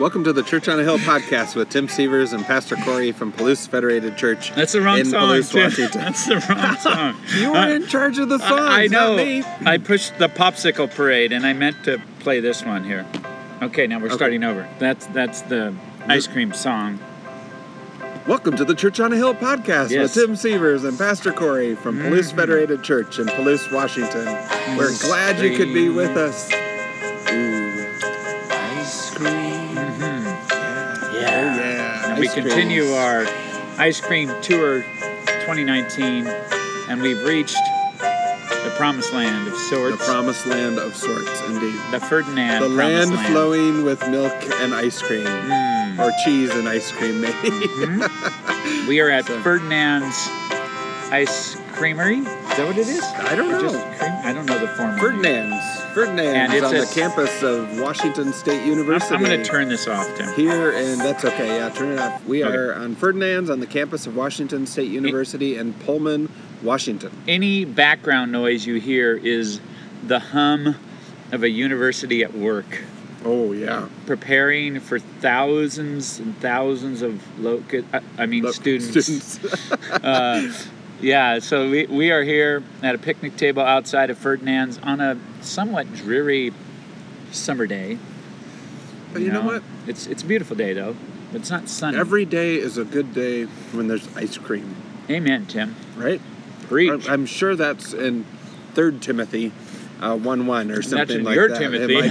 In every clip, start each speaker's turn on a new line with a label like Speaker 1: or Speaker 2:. Speaker 1: Welcome to the Church on a Hill podcast with Tim Severs and Pastor Corey from Palouse Federated Church.
Speaker 2: That's the wrong
Speaker 1: in
Speaker 2: song.
Speaker 1: Palouse,
Speaker 2: Tim.
Speaker 1: Washington.
Speaker 2: That's the wrong song.
Speaker 1: You were
Speaker 2: I-
Speaker 1: in charge of the songs,
Speaker 2: I, I know.
Speaker 1: not me.
Speaker 2: I pushed the popsicle parade, and I meant to play this one here. Okay, now we're starting over. That's that's the ice cream song.
Speaker 1: Welcome to the Church on a Hill podcast
Speaker 2: Yes. Mm-hmm.
Speaker 1: with Tim Severs and Pastor Corey from Palouse Federated Church in Palouse, Washington. We're glad you could be with us. Ooh,
Speaker 3: Ice cream.
Speaker 2: Yeah.
Speaker 1: Oh, yeah.
Speaker 2: And we
Speaker 1: ice cream.
Speaker 2: continue our ice cream tour 2019, and we've reached the promised land of
Speaker 1: the
Speaker 2: sorts.
Speaker 1: promised land of sorts, indeed.
Speaker 2: the Ferdinand
Speaker 1: the
Speaker 2: promised
Speaker 1: land, flowing with milk and ice cream,
Speaker 2: Mm.
Speaker 1: or cheese and ice cream, maybe.
Speaker 2: We are at
Speaker 1: So-
Speaker 2: Ferdinand's Ice Creamery. Is that what it is?
Speaker 1: I don't
Speaker 2: Or just
Speaker 1: know.
Speaker 2: cream? I don't know the form. of it.
Speaker 1: Ferdinand's.
Speaker 2: And
Speaker 1: Ferdinand's
Speaker 2: it's
Speaker 1: on
Speaker 2: a-
Speaker 1: the campus of Washington State
Speaker 2: I'm,
Speaker 1: University.
Speaker 2: I'm going to turn this off, Tim.
Speaker 1: Here, and that's okay. Yeah, turn it off. We
Speaker 2: Okay.
Speaker 1: are on Ferdinand's on the campus of Washington State University in Pullman, Washington.
Speaker 2: Any background noise you hear is the hum of a university at work,
Speaker 1: Oh, yeah.
Speaker 2: preparing for thousands and thousands of local, I, I mean,
Speaker 1: Look,
Speaker 2: students.
Speaker 1: students.
Speaker 2: uh, yeah, so we, we are here at a picnic table outside of Ferdinand's on a somewhat dreary summer day.
Speaker 1: but you know what?
Speaker 2: It's it's a beautiful day though. It's not sunny.
Speaker 1: Every day is a good day when there's ice cream,
Speaker 2: Amen, Tim.
Speaker 1: right?
Speaker 2: Preach.
Speaker 1: I'm- I'm sure that's in Third Timothy, uh, one one or something
Speaker 2: in
Speaker 1: like
Speaker 2: your
Speaker 1: that.
Speaker 2: Timothy.
Speaker 1: In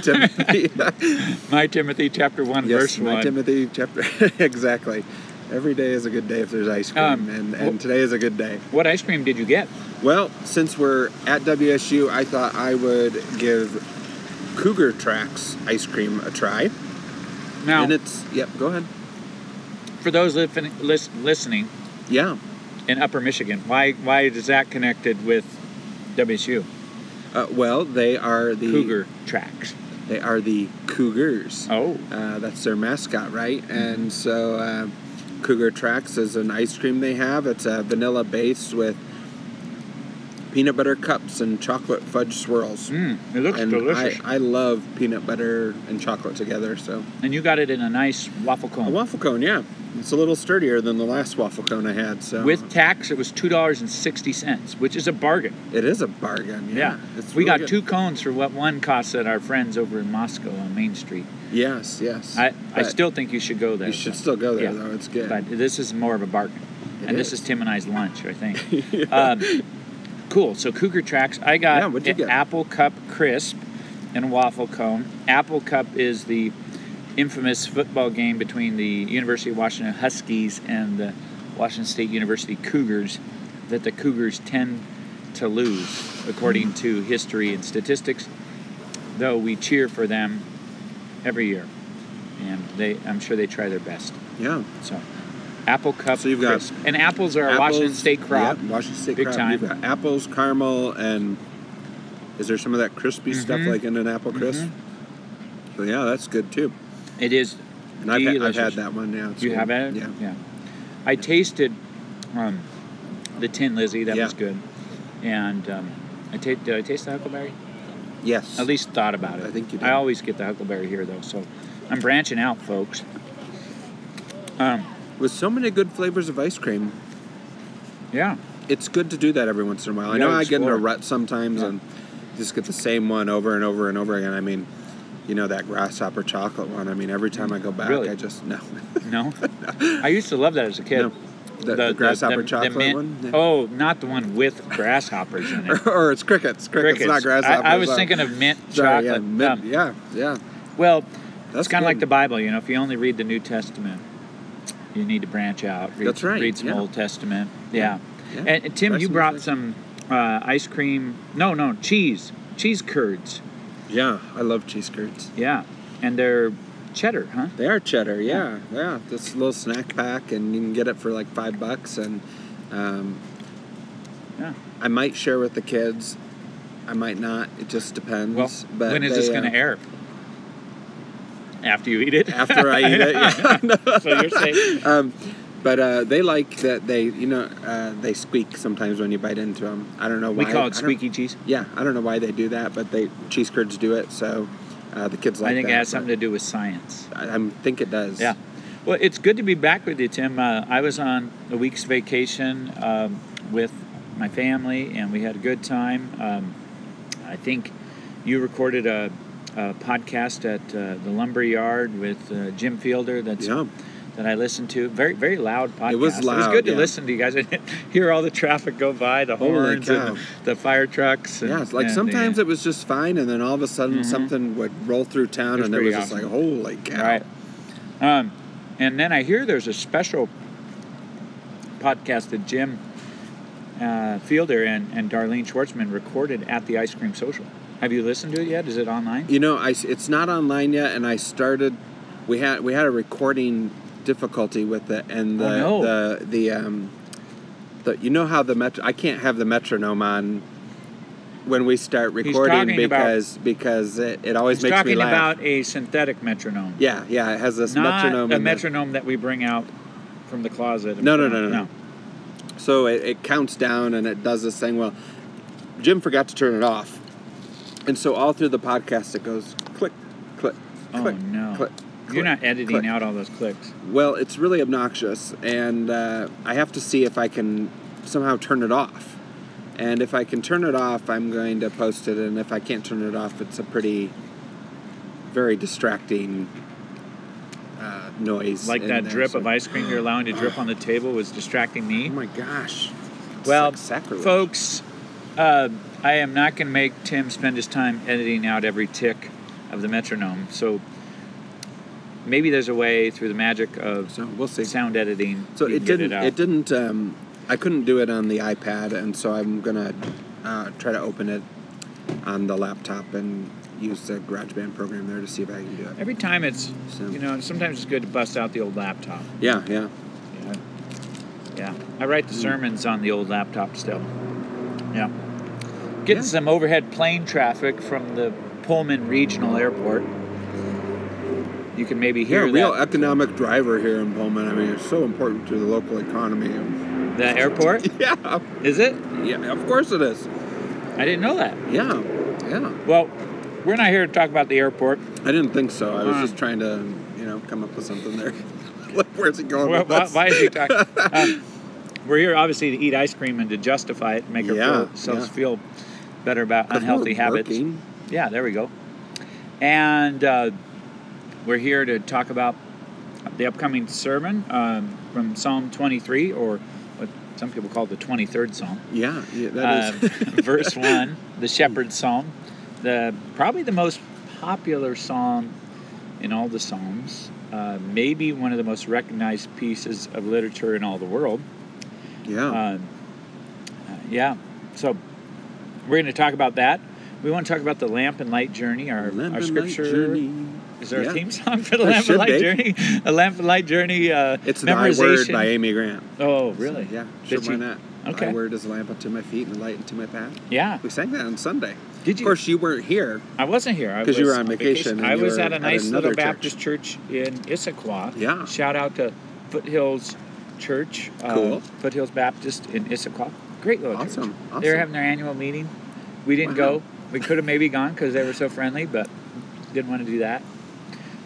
Speaker 1: my Timothy.
Speaker 2: my Timothy chapter one
Speaker 1: yes,
Speaker 2: verse
Speaker 1: my
Speaker 2: one.
Speaker 1: Timothy chapter. exactly. Every day is a good day if there's ice cream,
Speaker 2: Um,
Speaker 1: and,
Speaker 2: well-
Speaker 1: and today is a good day.
Speaker 2: what ice cream did you get?
Speaker 1: Well, since we're at WSU, I thought I would give Cougar Tracks ice cream a try.
Speaker 2: Now,
Speaker 1: And it's yep. Go ahead.
Speaker 2: for those li- lis- listening
Speaker 1: Yeah.
Speaker 2: in Upper Michigan, why why is that connected with WSU
Speaker 1: Uh, well, they are the
Speaker 2: Cougar tracks?
Speaker 1: They are the Cougars.
Speaker 2: Oh,
Speaker 1: Uh, that's their mascot, right? And so, uh, Cougar Tracks is an ice cream they have. It's a vanilla base with peanut butter cups and chocolate fudge swirls.
Speaker 2: mm, it looks
Speaker 1: and
Speaker 2: delicious.
Speaker 1: I, I love peanut butter and chocolate together. So
Speaker 2: and you got it in a nice waffle
Speaker 1: a
Speaker 2: cone.
Speaker 1: waffle cone, yeah, it's a little sturdier than the last waffle cone I had. So
Speaker 2: With tax, it was two dollars and sixty cents, which is a bargain.
Speaker 1: it is a bargain. Yeah,
Speaker 2: Yeah,
Speaker 1: It's
Speaker 2: we
Speaker 1: really
Speaker 2: got
Speaker 1: good.
Speaker 2: two cones for what one costs at our friends over in Moscow on Main Street.
Speaker 1: Yes, yes.
Speaker 2: I, I
Speaker 1: But
Speaker 2: still think you should go there.
Speaker 1: You should
Speaker 2: though.
Speaker 1: still go there
Speaker 2: Yeah.
Speaker 1: though. It's good.
Speaker 2: But this is more of a bargain.
Speaker 1: It
Speaker 2: and this
Speaker 1: is.
Speaker 2: is Tim and I's lunch, I think. um, cool. So Cougar Tracks. I got
Speaker 1: Yeah, what'd you
Speaker 2: an
Speaker 1: get?
Speaker 2: apple cup crisp and waffle cone. Apple cup is the infamous football game between the University of Washington Huskies and the Washington State University Cougars that the Cougars tend to lose, according to
Speaker 1: Mm-hmm.
Speaker 2: history and statistics. Though we cheer for them every year, and they, I'm sure they try their best.
Speaker 1: Yeah.
Speaker 2: So, apple cup
Speaker 1: So you've got
Speaker 2: crisp. and apples are a Washington
Speaker 1: Apples,
Speaker 2: State crop.
Speaker 1: yeah, Washington State
Speaker 2: Big
Speaker 1: crop.
Speaker 2: time.
Speaker 1: You've got apples, caramel, and is there some of that crispy stuff
Speaker 2: Mhm.
Speaker 1: like in an apple crisp? So yeah, that's good too.
Speaker 2: It is.
Speaker 1: And I've, had- I've had
Speaker 2: Delicious.
Speaker 1: that one now. It's
Speaker 2: You
Speaker 1: good.
Speaker 2: have it?
Speaker 1: Yeah.
Speaker 2: Yeah. I tasted um, the Tin Lizzie. That
Speaker 1: Yeah.
Speaker 2: was good. And um, I ta- did I taste the huckleberry?
Speaker 1: Yes.
Speaker 2: At least thought about it.
Speaker 1: I think you
Speaker 2: I
Speaker 1: did.
Speaker 2: always get the huckleberry here though, so I'm branching out, folks. Um,
Speaker 1: with so many good flavors of ice cream,
Speaker 2: yeah.
Speaker 1: it's good to do that every once in a while. I
Speaker 2: You gotta
Speaker 1: know I get in a
Speaker 2: explore.
Speaker 1: rut sometimes
Speaker 2: Yeah.
Speaker 1: and just get the same one over and over and over again. I mean, you know that grasshopper chocolate one. I mean, every time I go back,
Speaker 2: Really?
Speaker 1: I just no.
Speaker 2: No. I used to love that as a kid.
Speaker 1: No. The- the grasshopper chocolate
Speaker 2: mint-
Speaker 1: one? Yeah.
Speaker 2: Oh, not the one with grasshoppers in it.
Speaker 1: or it's crickets. Crickets,
Speaker 2: Crickets.
Speaker 1: not grasshoppers.
Speaker 2: I, I was
Speaker 1: Sorry.
Speaker 2: thinking of mint
Speaker 1: Sorry,
Speaker 2: chocolate.
Speaker 1: yeah, mint-
Speaker 2: Um,
Speaker 1: yeah, yeah.
Speaker 2: Well,
Speaker 1: That's
Speaker 2: it's kind of like
Speaker 1: good.
Speaker 2: the Bible, you know. If you only read the New Testament, you need to branch out. Read,
Speaker 1: That's right,
Speaker 2: Read some
Speaker 1: yeah.
Speaker 2: Old Testament. Yeah.
Speaker 1: Yeah,
Speaker 2: And, and Tim,
Speaker 1: try
Speaker 2: you
Speaker 1: some
Speaker 2: brought
Speaker 1: things.
Speaker 2: some uh, ice cream. No, no, cheese, cheese curds.
Speaker 1: Yeah, I love cheese curds.
Speaker 2: Yeah, and they're cheddar, huh?
Speaker 1: They are cheddar, yeah, yeah. This little snack pack, and you can get it for like five bucks. And um,
Speaker 2: Yeah.
Speaker 1: I might share with the kids. I might not. It just depends.
Speaker 2: Well,
Speaker 1: but
Speaker 2: when is
Speaker 1: they,
Speaker 2: this going to
Speaker 1: uh,
Speaker 2: air? After you eat it.
Speaker 1: After I eat it. Yeah.
Speaker 2: so you're saying
Speaker 1: um, but uh, they like that they, you know, uh, they squeak sometimes when you bite into them. I don't know why.
Speaker 2: we call it
Speaker 1: I don't-
Speaker 2: squeaky cheese?
Speaker 1: Yeah, I don't know why they do that, but they cheese curds do it. So Uh, the kids like
Speaker 2: I think
Speaker 1: that.
Speaker 2: it has something to do with science.
Speaker 1: I I'm, think it does.
Speaker 2: Yeah. Well, it's good to be back with you, Tim. Uh, I was on a week's vacation um, with my family, and we had a good time. Um, I think you recorded a, a podcast at uh, the lumber yard with uh, Jim Fielder. That's
Speaker 1: Yeah.
Speaker 2: that I listened to. Very very loud podcast.
Speaker 1: It was
Speaker 2: It was
Speaker 1: loud,
Speaker 2: good to
Speaker 1: yeah.
Speaker 2: listen to you guys. I didn't hear all the traffic go by, the
Speaker 1: Holy
Speaker 2: horns, and
Speaker 1: cow.
Speaker 2: the fire trucks. And,
Speaker 1: Yeah, it's like
Speaker 2: and the-
Speaker 1: sometimes it was just fine, and then all of a sudden
Speaker 2: Mhm.
Speaker 1: something would roll through town,
Speaker 2: It was
Speaker 1: and it
Speaker 2: pretty
Speaker 1: was just like,
Speaker 2: awesome.
Speaker 1: holy cow!
Speaker 2: Right. Um, and then I hear there's a special podcast that Jim uh, Fielder and, and Darlene Schwartzman recorded at the Ice Cream Social. Have you listened to it yet? Is it online?
Speaker 1: You know, I s it's not online yet, and I started. We had we had a recording difficulty with it, and the
Speaker 2: Oh, no.
Speaker 1: the the um, the you know how the met I can't have the metronome on when we start recording
Speaker 2: talking about-
Speaker 1: because because it, it always
Speaker 2: He's
Speaker 1: makes me
Speaker 2: talking
Speaker 1: laugh.
Speaker 2: about a synthetic metronome.
Speaker 1: yeah, yeah, it has this
Speaker 2: Not
Speaker 1: metronome.
Speaker 2: a
Speaker 1: in there.
Speaker 2: metronome that we bring out from the closet.
Speaker 1: No, no, no, no, no. So it, it counts down and it does this thing. Well, Jim forgot to turn it off. And so all through the podcast, it goes click, click,
Speaker 2: Oh,
Speaker 1: click,
Speaker 2: no.
Speaker 1: click.
Speaker 2: You're
Speaker 1: click,
Speaker 2: not editing
Speaker 1: click.
Speaker 2: out all those clicks.
Speaker 1: Well, it's really obnoxious, and uh, I have to see if I can somehow turn it off. And if I can turn it off, I'm going to post it. And if I can't turn it off, it's a pretty, very distracting uh, noise.
Speaker 2: Like
Speaker 1: in
Speaker 2: that
Speaker 1: there,
Speaker 2: drip
Speaker 1: so-
Speaker 2: of ice cream you're allowing to drip on the table was distracting me.
Speaker 1: Oh my gosh! It's
Speaker 2: Well,
Speaker 1: like sacrilege.
Speaker 2: folks, uh, I am not going to make Tim spend his time editing out every tick of the metronome. So maybe there's a way through the magic of
Speaker 1: So we'll see.
Speaker 2: sound editing.
Speaker 1: So
Speaker 2: you
Speaker 1: it
Speaker 2: can get
Speaker 1: didn't.
Speaker 2: out.
Speaker 1: It, didn't. Um, I couldn't do it on the iPad, and so I'm gonna uh, try to open it on the laptop and use the GarageBand program there to see if I can do it.
Speaker 2: Every time it's,
Speaker 1: So-
Speaker 2: you know, sometimes it's good to bust out the old laptop.
Speaker 1: Yeah, yeah. Hmm.
Speaker 2: Yeah. Yeah. I write the sermons on the old laptop still. Yeah. Getting
Speaker 1: Yeah.
Speaker 2: some overhead plane traffic from the Pullman Regional Airport. You can maybe
Speaker 1: Yeah,
Speaker 2: hear
Speaker 1: real
Speaker 2: that.
Speaker 1: economic driver here in Pullman. I mean, it's so important to the local economy.
Speaker 2: the airport.
Speaker 1: Yeah,
Speaker 2: Is it?
Speaker 1: yeah. Of course it is.
Speaker 2: I didn't know that.
Speaker 1: Yeah, yeah.
Speaker 2: Well, we're not here to talk about the airport.
Speaker 1: I didn't think so. I was
Speaker 2: Mm.
Speaker 1: just trying to, you know, come up with something there. Like, Where's it going?
Speaker 2: Why,
Speaker 1: with
Speaker 2: why,
Speaker 1: this?
Speaker 2: why is he talking? Uh, we're here obviously to eat ice cream and to justify it, make
Speaker 1: Yeah,
Speaker 2: ourselves
Speaker 1: yeah.
Speaker 2: feel better about
Speaker 1: 'Cause we're
Speaker 2: unhealthy habits.
Speaker 1: working.
Speaker 2: Yeah, there we go. And uh, we're here to talk about the upcoming sermon um, from Psalm 23, or what some people call the 23rd Psalm.
Speaker 1: Yeah, yeah. That is.
Speaker 2: Uh, verse 1, the shepherd's psalm, the probably the most popular psalm in all the psalms, uh, maybe one of the most recognized pieces of literature in all the world.
Speaker 1: yeah.
Speaker 2: Um, uh, yeah, so we're going to talk about that. We want to talk about the lamp and light journey, our,
Speaker 1: Lamp
Speaker 2: our
Speaker 1: and light
Speaker 2: scripture.
Speaker 1: journey.
Speaker 2: Is there
Speaker 1: Yeah.
Speaker 2: a theme song for the
Speaker 1: There
Speaker 2: lamp and
Speaker 1: should
Speaker 2: light
Speaker 1: be.
Speaker 2: journey? A lamp and light journey. Uh,
Speaker 1: It's an I word
Speaker 2: memorization.
Speaker 1: by Amy Grant.
Speaker 2: Oh, really?
Speaker 1: yeah, sure,
Speaker 2: Did
Speaker 1: why
Speaker 2: you-
Speaker 1: not?
Speaker 2: Okay.
Speaker 1: Thy word is a lamp unto my feet and a light unto my path.
Speaker 2: Yeah.
Speaker 1: We sang that on Sunday.
Speaker 2: Did
Speaker 1: Of
Speaker 2: you?
Speaker 1: course, you weren't here.
Speaker 2: I wasn't here. I
Speaker 1: 'Cause you
Speaker 2: was
Speaker 1: were on vacation and
Speaker 2: I
Speaker 1: you
Speaker 2: was
Speaker 1: were
Speaker 2: at a
Speaker 1: at
Speaker 2: nice little
Speaker 1: another church.
Speaker 2: Baptist church in Issaquah.
Speaker 1: Yeah.
Speaker 2: Shout out to Foothills Church. uh,
Speaker 1: Cool.
Speaker 2: Foothills Baptist in Issaquah. Great little
Speaker 1: Awesome,
Speaker 2: church. They were
Speaker 1: awesome.
Speaker 2: having their annual meeting. We didn't
Speaker 1: Wow.
Speaker 2: go. We could have maybe gone because they were so friendly, but didn't want to do that.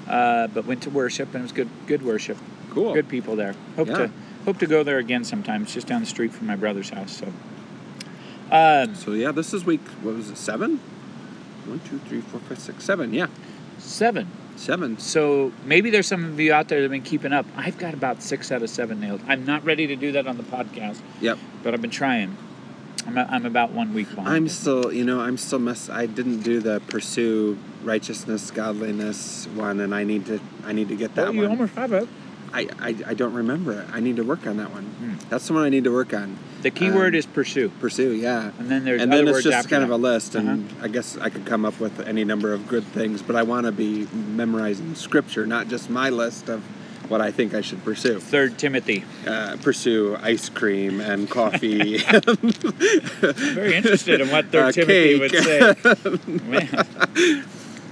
Speaker 2: Uh, but went to worship and it was good. Good worship.
Speaker 1: Cool.
Speaker 2: Good people there. Hope
Speaker 1: Yeah.
Speaker 2: to hope to go there again sometime. It's just down the street from my brother's house. So. Um,
Speaker 1: So yeah, this is week. What was it? Seven. One, two, three, four, five, six, seven. Yeah,
Speaker 2: seven.
Speaker 1: seven.
Speaker 2: So maybe there's some of you out there that have been keeping up. I've got about six out of seven nailed. I'm not ready to do that on the podcast,
Speaker 1: Yep.
Speaker 2: but I've been trying. I'm, I'm about one week behind.
Speaker 1: I'm
Speaker 2: it.
Speaker 1: still, you know, I'm still mess. I didn't do the pursue righteousness, godliness one, and I need to. I need to get that
Speaker 2: Well, Oh, you
Speaker 1: one.
Speaker 2: almost have it.
Speaker 1: I, I I don't remember it. I need to work on that one.
Speaker 2: Hmm.
Speaker 1: That's the one I need to work on.
Speaker 2: The key
Speaker 1: Um,
Speaker 2: word is pursue,
Speaker 1: Pursue. Yeah.
Speaker 2: and then there's
Speaker 1: and
Speaker 2: other
Speaker 1: then it's
Speaker 2: words
Speaker 1: just
Speaker 2: after
Speaker 1: kind of
Speaker 2: that. Uh-huh.
Speaker 1: a list and i guess i could come up with any number of good things but i want to be memorizing scripture not just my list of what i think i should pursue
Speaker 2: Third Timothy.
Speaker 1: uh, pursue ice cream and coffee
Speaker 2: I'm very interested in what Third
Speaker 1: Uh,
Speaker 2: Timothy would
Speaker 1: cake.
Speaker 2: say. Man,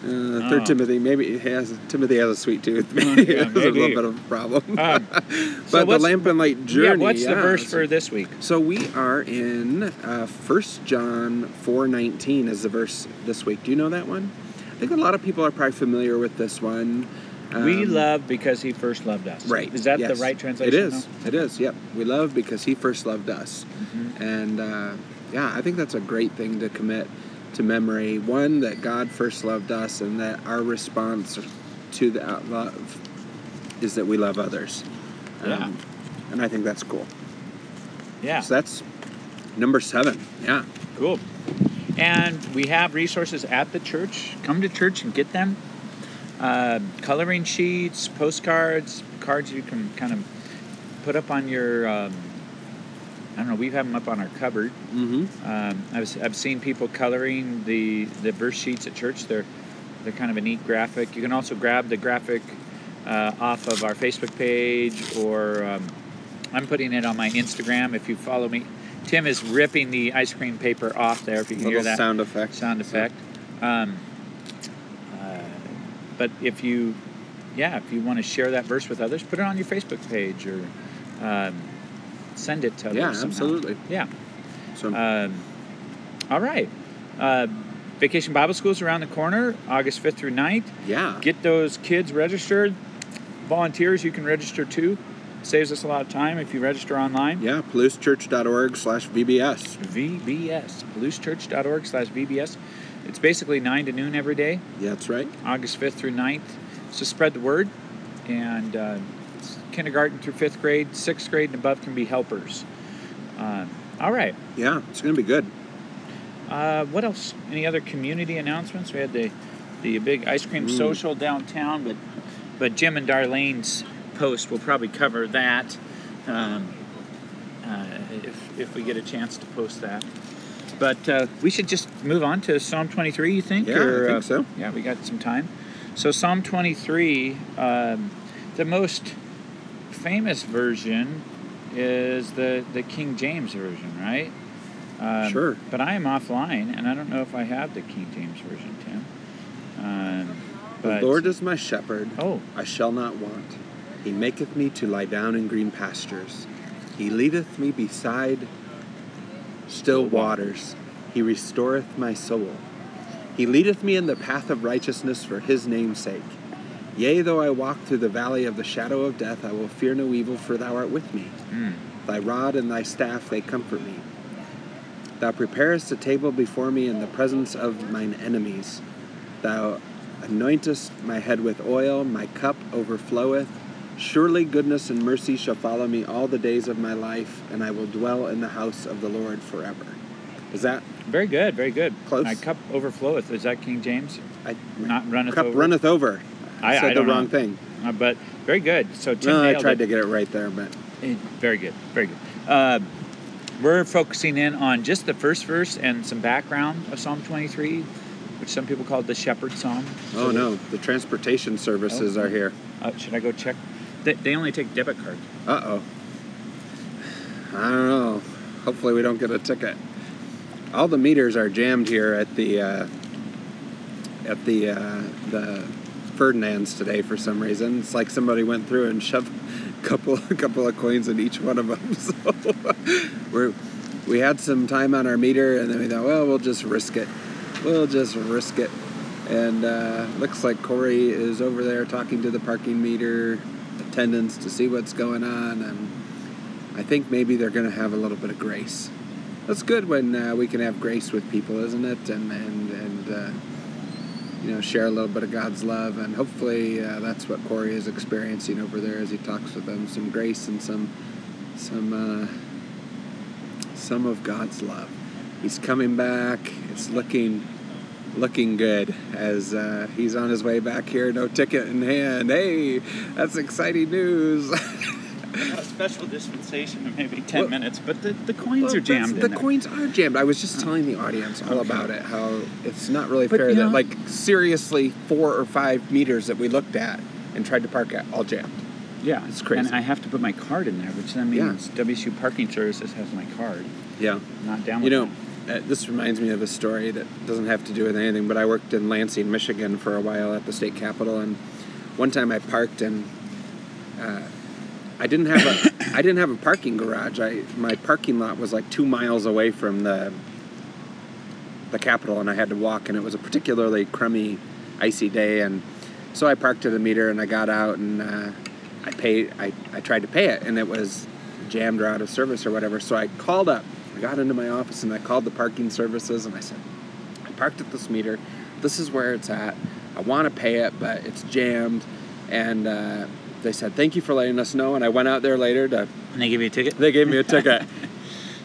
Speaker 1: Uh, third
Speaker 2: Oh.
Speaker 1: timothy maybe he has timothy has a sweet tooth maybe
Speaker 2: yeah,
Speaker 1: it's a little
Speaker 2: maybe.
Speaker 1: bit of a problem
Speaker 2: um,
Speaker 1: but
Speaker 2: so
Speaker 1: the
Speaker 2: what's-
Speaker 1: lamp and light journey
Speaker 2: yeah, what's the
Speaker 1: yeah,
Speaker 2: verse
Speaker 1: so-
Speaker 2: for this week?
Speaker 1: so we are in uh, 1 John 4:19 is the verse this week. Do you know that one? I think a lot of people are probably familiar with this one.
Speaker 2: we
Speaker 1: Um,
Speaker 2: love because he first loved us.
Speaker 1: Right.
Speaker 2: Is that
Speaker 1: yes.
Speaker 2: the right translation?
Speaker 1: It is. It is. Yep. We love because he first loved us,
Speaker 2: Mm-hmm.
Speaker 1: and uh, yeah, I think that's a great thing to commit to memory. One that God first loved us, and that our response to that love is that we love others. Um,
Speaker 2: Yeah.
Speaker 1: and I think that's cool.
Speaker 2: though? Yeah.
Speaker 1: So that's number seven. Yeah.
Speaker 2: Cool. And we have resources at the church. Come to church and get them. Uh, coloring sheets, postcards, cards you can kind of put up on your. Um, I don't know. We have them up on our cupboard.
Speaker 1: Mm-hmm.
Speaker 2: Um, I've, I've seen people coloring the, the verse sheets at church. They're they're kind of a neat graphic. You can also grab the graphic uh, off of our Facebook page, or um, I'm putting it on my Instagram. If you follow me, Tim is ripping the ice cream paper off there. If you can hear
Speaker 1: Little
Speaker 2: that
Speaker 1: sound effect.
Speaker 2: sound effect. Um, uh, but if you, yeah, if you want to share that verse with others, put it on your Facebook page or um, send it to others.
Speaker 1: Yeah,
Speaker 2: somehow.
Speaker 1: absolutely.
Speaker 2: Yeah.
Speaker 1: So
Speaker 2: Um, all right. Uh, Vacation Bible School is around the corner, August 5th through 9th.
Speaker 1: yeah.
Speaker 2: Get those kids registered. Volunteers, you can register too. Saves us a lot of time if you register online.
Speaker 1: yeah, palousechurch.org slash VBS.
Speaker 2: VBS, palousechurch.org slash VBS. It's basically 9 to noon every day,
Speaker 1: Yeah, that's right.
Speaker 2: August 5th through 9th. So spread the word. And uh, it's kindergarten through 5th grade, 6th grade and above can be helpers. Uh, all right.
Speaker 1: Yeah, it's gonna be good.
Speaker 2: Uh, what else? Any other community announcements? We had the the big ice cream
Speaker 1: Mm.
Speaker 2: social downtown, but but Jim and Darlene's post will probably cover that um, uh, if if we get a chance to post that. But uh, we should just move on to Psalm 23. You think?
Speaker 1: Yeah, I
Speaker 2: Or,
Speaker 1: think
Speaker 2: uh,
Speaker 1: so.
Speaker 2: Yeah, we got some time. So Psalm 23, um, the most famous version is the the King James version, right? Um,
Speaker 1: Sure.
Speaker 2: But I am offline, and I don't know if I have the King James version, Tim. Um,
Speaker 1: The
Speaker 2: but,
Speaker 1: Lord is my shepherd.
Speaker 2: Oh,
Speaker 1: I shall not want. He maketh me to lie down in green pastures. He leadeth me beside still waters. He restoreth my soul. He leadeth me in the path of righteousness for his name's sake. Yea, though I walk through the valley of the shadow of death, I will fear no evil, for thou art with me.
Speaker 2: mm,
Speaker 1: Thy rod and thy staff, they comfort me. Thou preparest a table before me in the presence of mine enemies. Thou anointest my head with oil, my cup overfloweth. Surely goodness and mercy shall follow me all the days of my life, and I will dwell in the house of the Lord forever. Is that
Speaker 2: very good, very good.
Speaker 1: Close.
Speaker 2: My cup overfloweth. Is that King James?
Speaker 1: I
Speaker 2: Not runneth
Speaker 1: cup
Speaker 2: over.
Speaker 1: runneth over?
Speaker 2: I- I
Speaker 1: said the
Speaker 2: don't know.
Speaker 1: wrong thing.
Speaker 2: Uh, but very good. So Tim
Speaker 1: No, I
Speaker 2: nailed
Speaker 1: tried
Speaker 2: it.
Speaker 1: to get it right there, but
Speaker 2: Eh, Very good, very good. Uh, we're focusing in on just the first verse and some background of Psalm 23, which some people call the Shepherd Psalm.
Speaker 1: oh
Speaker 2: So
Speaker 1: no, the transportation services
Speaker 2: Oh.
Speaker 1: are here.
Speaker 2: Uh, should I go check? They, they only take debit cards.
Speaker 1: Uh oh. I don't know. Hopefully, we don't get a ticket. All the meters are jammed here at the uh, at the uh, the Ferdinand's today for some reason. It's like somebody went through and shoved a couple a couple of coins in each one of them. So we're we had some time on our meter, and then we thought, well, we'll just risk it. We'll just risk it. And uh, looks like Corey is over there talking to the parking meter attendants to see what's going on. And I think maybe they're going to have a little bit of grace. That's good when uh, we can have grace with people, isn't it? And and and uh, you know, share a little bit of God's love, and hopefully uh, that's what Corey is experiencing over there as he talks with them: some grace and some some uh, some of God's love. He's coming back. It's looking looking good as uh, he's on his way back here, no ticket in hand. Hey, that's exciting news.
Speaker 2: A special dispensation of maybe 10
Speaker 1: Well-
Speaker 2: minutes, but the, the coins
Speaker 1: Well,
Speaker 2: are jammed.
Speaker 1: that's-
Speaker 2: in
Speaker 1: The
Speaker 2: there. Uh-huh.
Speaker 1: coins are jammed. I was just telling the audience all
Speaker 2: Okay.
Speaker 1: about it. How it's not really
Speaker 2: But,
Speaker 1: fair
Speaker 2: you
Speaker 1: that
Speaker 2: know-
Speaker 1: like seriously four or five meters that we looked at and tried to park at all jammed.
Speaker 2: Yeah,
Speaker 1: It's crazy.
Speaker 2: And I have to put my card in there, which then
Speaker 1: Yeah.
Speaker 2: means WSU Parking Services has my card,
Speaker 1: Yeah.
Speaker 2: not down.
Speaker 1: You
Speaker 2: with
Speaker 1: know,
Speaker 2: them.
Speaker 1: uh, this reminds me of a story that doesn't have to do with anything, but I worked in Lansing, Michigan for a while at the state capitol, and one time I parked and uh, I didn't have a I didn't have a parking garage. I my parking lot was like two miles away from the the capitol, and I had to walk, and it was a particularly crummy icy day, and so I parked at a meter and I got out and uh, I paid. I, I tried to pay it, and it was jammed or out of service or whatever. So I called up. I got into my office and I called the parking services and I said, I parked at this meter. This is where it's at. I want to pay it, but it's jammed. And uh, they said, Thank you for letting us know. And I went out there later to
Speaker 2: And they give you a ticket?
Speaker 1: they gave me a ticket.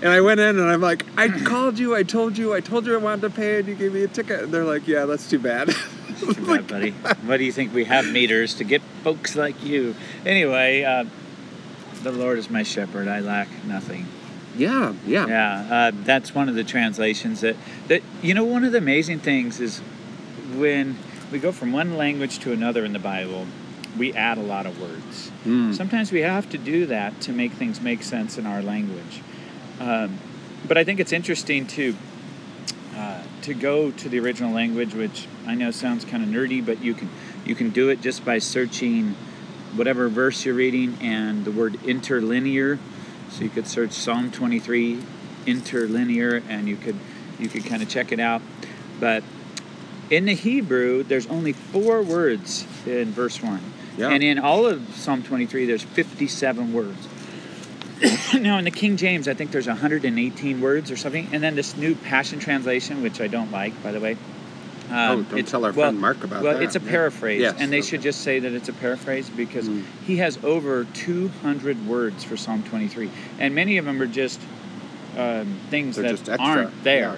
Speaker 1: And I went in and I'm like, I called you, I told you, I told you I wanted to pay, and you gave me a ticket. And they're like, Yeah, that's too bad. Oh
Speaker 2: Too bad, buddy. What do you think we have meters to get folks like you? Anyway, uh, the Lord is my shepherd; I lack nothing.
Speaker 1: yeah, yeah,
Speaker 2: Yeah, uh, that's one of the translations that that you know. One of the amazing things is when we go from one language to another in the Bible, we add a lot of words.
Speaker 1: Mm.
Speaker 2: Sometimes we have to do that to make things make sense in our language. Um, but I think it's interesting to uh, to go to the original language, which I know sounds kind of nerdy, but you can you can do it just by searching whatever verse you're reading and the word interlinear. So you could search Psalm 23 interlinear, and you could you could kind of check it out. But in the Hebrew, there's only four words in verse one.
Speaker 1: Yeah.
Speaker 2: And in all of Psalm 23, there's 57 words. now, in the King James, I think there's 118 words or something. And then this new Passion Translation, which I don't like, by the way.
Speaker 1: Oh,
Speaker 2: Um,
Speaker 1: don't
Speaker 2: it's-
Speaker 1: tell our
Speaker 2: well,
Speaker 1: friend Mark about
Speaker 2: well,
Speaker 1: that.
Speaker 2: it's a
Speaker 1: Yeah.
Speaker 2: paraphrase,
Speaker 1: Yes,
Speaker 2: and they
Speaker 1: okay.
Speaker 2: should just say that it's a paraphrase because
Speaker 1: Mm.
Speaker 2: he has over 200 words for Psalm 23, and many of them are just um, things
Speaker 1: They're
Speaker 2: that
Speaker 1: just extra,
Speaker 2: aren't there.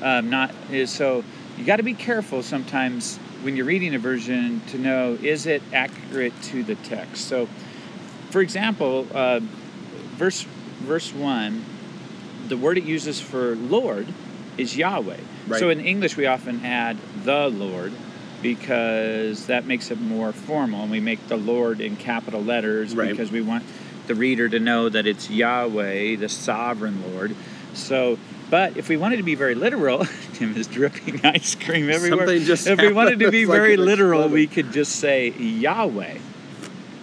Speaker 2: Um, not is- so you got to be careful sometimes when you're reading a version to know is it accurate to the text. So, for example, uh, verse verse one, the word it uses for Lord is Yahweh.
Speaker 1: Right.
Speaker 2: So in English, we often add the Lord because that makes it more formal, and we make the Lord in capital letters
Speaker 1: Right.
Speaker 2: because we want the reader to know that it's Yahweh, the sovereign Lord. So, but if we wanted to be very literal, Tim is dripping ice cream everywhere.
Speaker 1: Something just
Speaker 2: if we wanted to
Speaker 1: happened.
Speaker 2: be
Speaker 1: It's like
Speaker 2: very
Speaker 1: it
Speaker 2: literal, we
Speaker 1: exploded.
Speaker 2: could just say Yahweh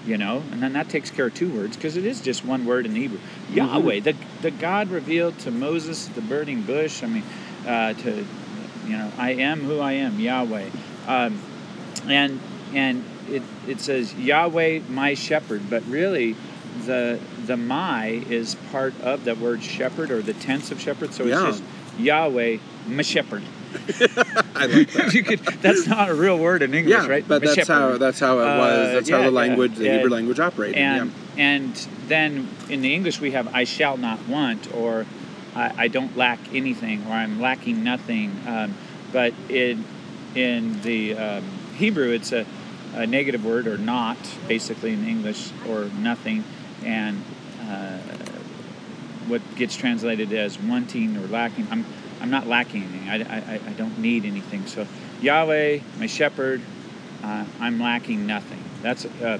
Speaker 2: you know, and then that takes care of two words because it is just one word in Hebrew.
Speaker 1: Mm-hmm.
Speaker 2: Yahweh, the the God revealed to Moses at the burning bush. I mean, uh, to you know, I am who I am, Yahweh, um, and and it it says Yahweh my shepherd, but really. The, the my is part of that word shepherd or the tense of shepherd, so
Speaker 1: Yeah.
Speaker 2: it's just Yahweh, my shepherd.
Speaker 1: I like that.
Speaker 2: If you could, that's not a real word in English,
Speaker 1: yeah,
Speaker 2: right?
Speaker 1: but
Speaker 2: My
Speaker 1: that's
Speaker 2: shepherd.
Speaker 1: how that's how it was.
Speaker 2: Uh,
Speaker 1: That's
Speaker 2: yeah,
Speaker 1: how the
Speaker 2: yeah,
Speaker 1: language, the
Speaker 2: yeah.
Speaker 1: Hebrew language, operated.
Speaker 2: and and then in the English we have "I shall not want" or "I, I don't lack anything" or "I'm lacking nothing." Um, but in in the um, Hebrew, it's a, a negative word or "not" basically in English or "nothing," and uh, what gets translated as wanting or lacking. I'm I'm not lacking anything. I, I, I- I don't need anything. So Yahweh, my shepherd, uh, I'm lacking nothing. That's uh,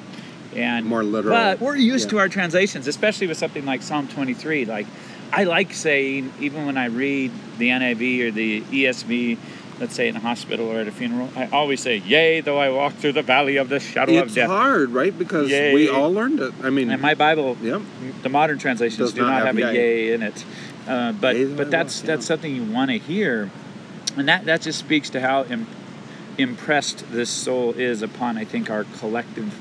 Speaker 1: yeah,
Speaker 2: and
Speaker 1: more literal.
Speaker 2: but we're used
Speaker 1: Yeah.
Speaker 2: to our translations, especially with something like Psalm 23. Like, I like saying, even when I read the NIV or the ESV, let's say in a hospital or at a funeral, I always say, Yea, though I walk through the valley of the shadow
Speaker 1: it's
Speaker 2: of death.
Speaker 1: hard, right? Because
Speaker 2: Yay.
Speaker 1: we all learned it. I mean,
Speaker 2: And my Bible,
Speaker 1: yep.
Speaker 2: the modern translations
Speaker 1: Does
Speaker 2: do
Speaker 1: not
Speaker 2: not
Speaker 1: have
Speaker 2: have,
Speaker 1: yea.
Speaker 2: a yay in it. Uh, but
Speaker 1: Yea, though I
Speaker 2: but that's
Speaker 1: walk,
Speaker 2: that's
Speaker 1: yeah.
Speaker 2: something you want to hear, and that that just speaks to how im- impressed this soul is upon I think our collective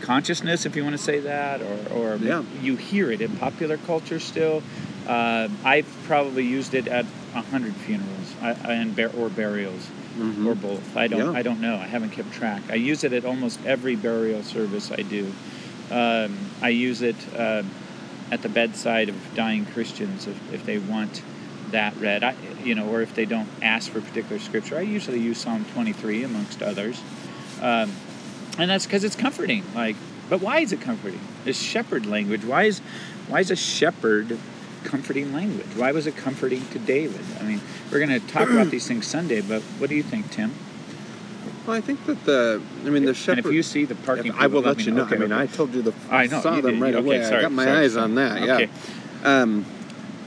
Speaker 2: consciousness, if you want to say that, or or
Speaker 1: Yeah.
Speaker 2: you hear it in popular culture still. Uh, I've probably used it at a hundred funerals I, I- and bur- or burials
Speaker 1: Mhm.
Speaker 2: or both. I don't.
Speaker 1: Yeah.
Speaker 2: I don't know. I haven't kept track. I use it at almost every burial service I do. Um, I use it um, at the bedside of dying Christians if, if they want that read. I, you know, or if they don't ask for a particular scripture. I usually use Psalm 23 amongst others, um, and that's because it's comforting. Like, but why is it comforting? It's shepherd language. Why is why is a shepherd comforting language? Why was it comforting to David? I mean, we're going to talk about these things Sunday, but what do you think, Tim?
Speaker 1: Well, I think that the, I mean, the shepherd.
Speaker 2: and if you see the
Speaker 1: If
Speaker 2: parking,
Speaker 1: I will
Speaker 2: people,
Speaker 1: let
Speaker 2: me
Speaker 1: you know.
Speaker 2: Okay,
Speaker 1: I mean,
Speaker 2: okay.
Speaker 1: I told you the
Speaker 2: I know,
Speaker 1: saw
Speaker 2: you
Speaker 1: them
Speaker 2: did.
Speaker 1: right
Speaker 2: Okay,
Speaker 1: away. I
Speaker 2: sorry,
Speaker 1: got my
Speaker 2: sorry,
Speaker 1: eyes on that.
Speaker 2: Okay.
Speaker 1: Yeah. Um,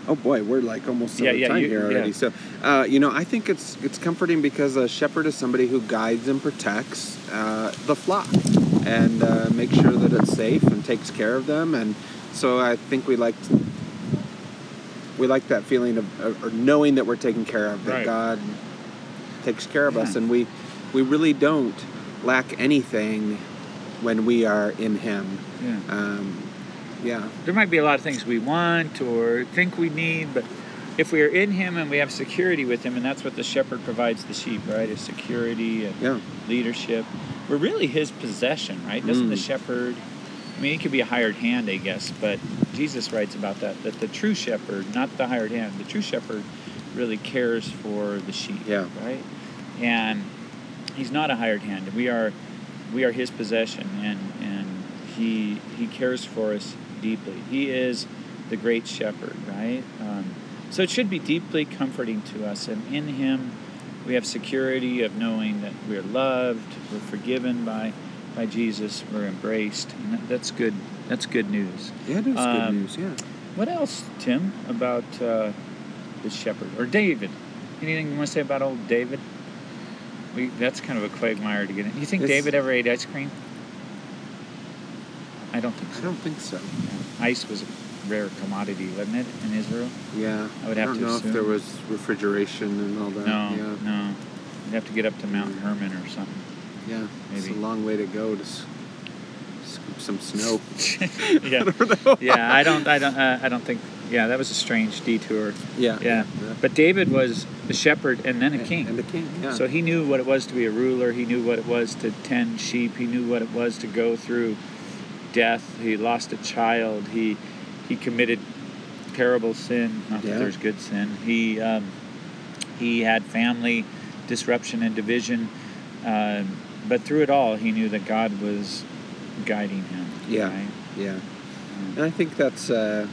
Speaker 1: oh boy, we're like almost out
Speaker 2: Yeah,
Speaker 1: of
Speaker 2: yeah,
Speaker 1: time
Speaker 2: you-
Speaker 1: here
Speaker 2: yeah.
Speaker 1: already. So, uh, you know, I think it's it's comforting because a shepherd is somebody who guides and protects uh, the flock and uh, makes sure that it's safe and takes care of them. And so, I think we like we like that feeling of or knowing that we're taken care of, that
Speaker 2: Right.
Speaker 1: God takes care of us,
Speaker 2: Yeah.
Speaker 1: and we
Speaker 3: we really don't lack anything when we are in Him.
Speaker 2: Yeah.
Speaker 3: Um, yeah.
Speaker 2: There might be a lot of things we want or think we need, but if we are in Him and we have security with Him, and that's what the shepherd provides the sheep, right? Is security and
Speaker 3: Yeah.
Speaker 2: leadership. We're really His possession, right? Doesn't the
Speaker 3: Mm.
Speaker 2: shepherd? I mean, he could be a hired hand, I guess, but Jesus writes about that that the true shepherd, not the hired hand, the true shepherd really cares for the sheep,
Speaker 3: Yeah.
Speaker 2: right? And he's not a hired hand. We are we are his possession and and he he cares for us deeply he is the great shepherd right um, so it should be deeply comforting to us and in him we have security of knowing that we're loved we're forgiven by by jesus we're embraced and that, that's good that's good news
Speaker 3: Yeah, that's
Speaker 2: Um,
Speaker 3: good news. Yeah.
Speaker 2: what else tim about uh, the shepherd or david anything you want to say about old david we, that's kind of a quagmire to get in. You think
Speaker 3: It's-
Speaker 2: David ever ate ice cream? I don't think
Speaker 3: I
Speaker 2: so.
Speaker 3: don't think so.
Speaker 2: Ice was a rare commodity, wasn't it, in Israel?
Speaker 3: Yeah.
Speaker 2: I would have
Speaker 3: don't
Speaker 2: to
Speaker 3: know
Speaker 2: assume.
Speaker 3: if there was refrigeration and all that.
Speaker 2: no,
Speaker 3: Yeah.
Speaker 2: no. You'd have to get up to Mount Hermon or something.
Speaker 3: Yeah. It's a
Speaker 2: Maybe.
Speaker 3: long way to go to s- scoop some snow.
Speaker 2: yeah. I don't know. yeah, I don't, I don't, uh, I don't think. Yeah, that was a strange detour.
Speaker 3: yeah.
Speaker 2: Uh, Yeah, but David was a shepherd and then a king.
Speaker 3: And a king. Yeah.
Speaker 2: So he knew what it was to be a ruler. He knew what it was to tend sheep. He knew what it was to go through death. He lost a child. He he committed terrible sin. Not that
Speaker 3: Yeah.
Speaker 2: there's good sin. He um, he had family disruption and division. Um, but through it all, he knew that God was guiding him.
Speaker 3: Yeah.
Speaker 2: right?
Speaker 3: yeah.
Speaker 2: Um,
Speaker 3: And I think that's uh,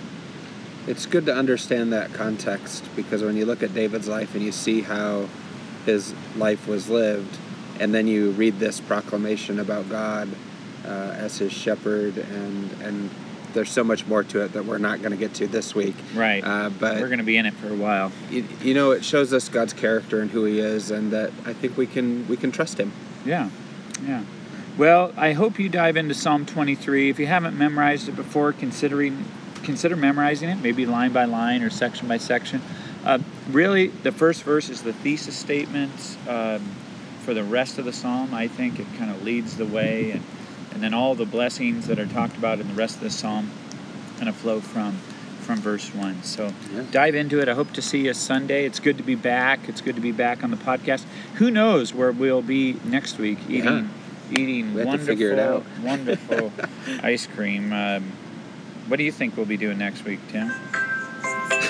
Speaker 3: it's good to understand that context because when you look at David's life and you see how his life was lived, and then you read this proclamation about God uh, as his shepherd, and and there's so much more to it that we're not going to get to this week.
Speaker 2: Right.
Speaker 3: Uh,
Speaker 2: We're
Speaker 3: but
Speaker 2: going to be in it for a while.
Speaker 3: you, you know, it shows us God's character and who He is, and that I think we can we can trust Him.
Speaker 2: Yeah, yeah. Well, I hope you dive into Psalm 23. If you haven't memorized it before, considering consider memorizing it, maybe line by line or section by section. Uh, really, the first verse is the thesis statements um, for the rest of the psalm. I think it kind of leads the way, and and then all the blessings that are talked about in the rest of the psalm kind of flow from from verse one. So
Speaker 3: Yeah.
Speaker 2: dive into it. I hope to see you Sunday. It's good to be back. It's good to be back on the podcast. Who knows where we'll be next week eating
Speaker 3: Yeah.
Speaker 2: eating
Speaker 3: We have to
Speaker 2: wonderful
Speaker 3: figure it out.
Speaker 2: wonderful ice cream. Um, what do you think we'll be doing next week, Tim?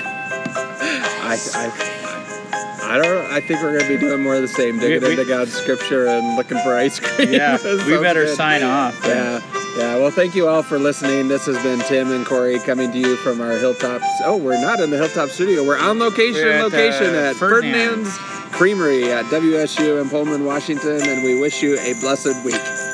Speaker 3: I, I, I don't. I think we're going to be doing more of the same, digging
Speaker 2: We- we-
Speaker 3: into God's scripture and looking for ice cream.
Speaker 2: Yeah,
Speaker 3: That
Speaker 2: we
Speaker 3: sounds
Speaker 2: better
Speaker 3: good.
Speaker 2: sign off.
Speaker 3: Yeah, yeah. Well, thank you all for listening. This has been Tim and Corey coming to you from our hilltops. Oh, we're not in the hilltop studio. We're on location.
Speaker 2: We're at, uh,
Speaker 3: location at
Speaker 2: Ferdinand's.
Speaker 3: Ferdinand's Creamery at WSU in Pullman, Washington, and we wish you a blessed week.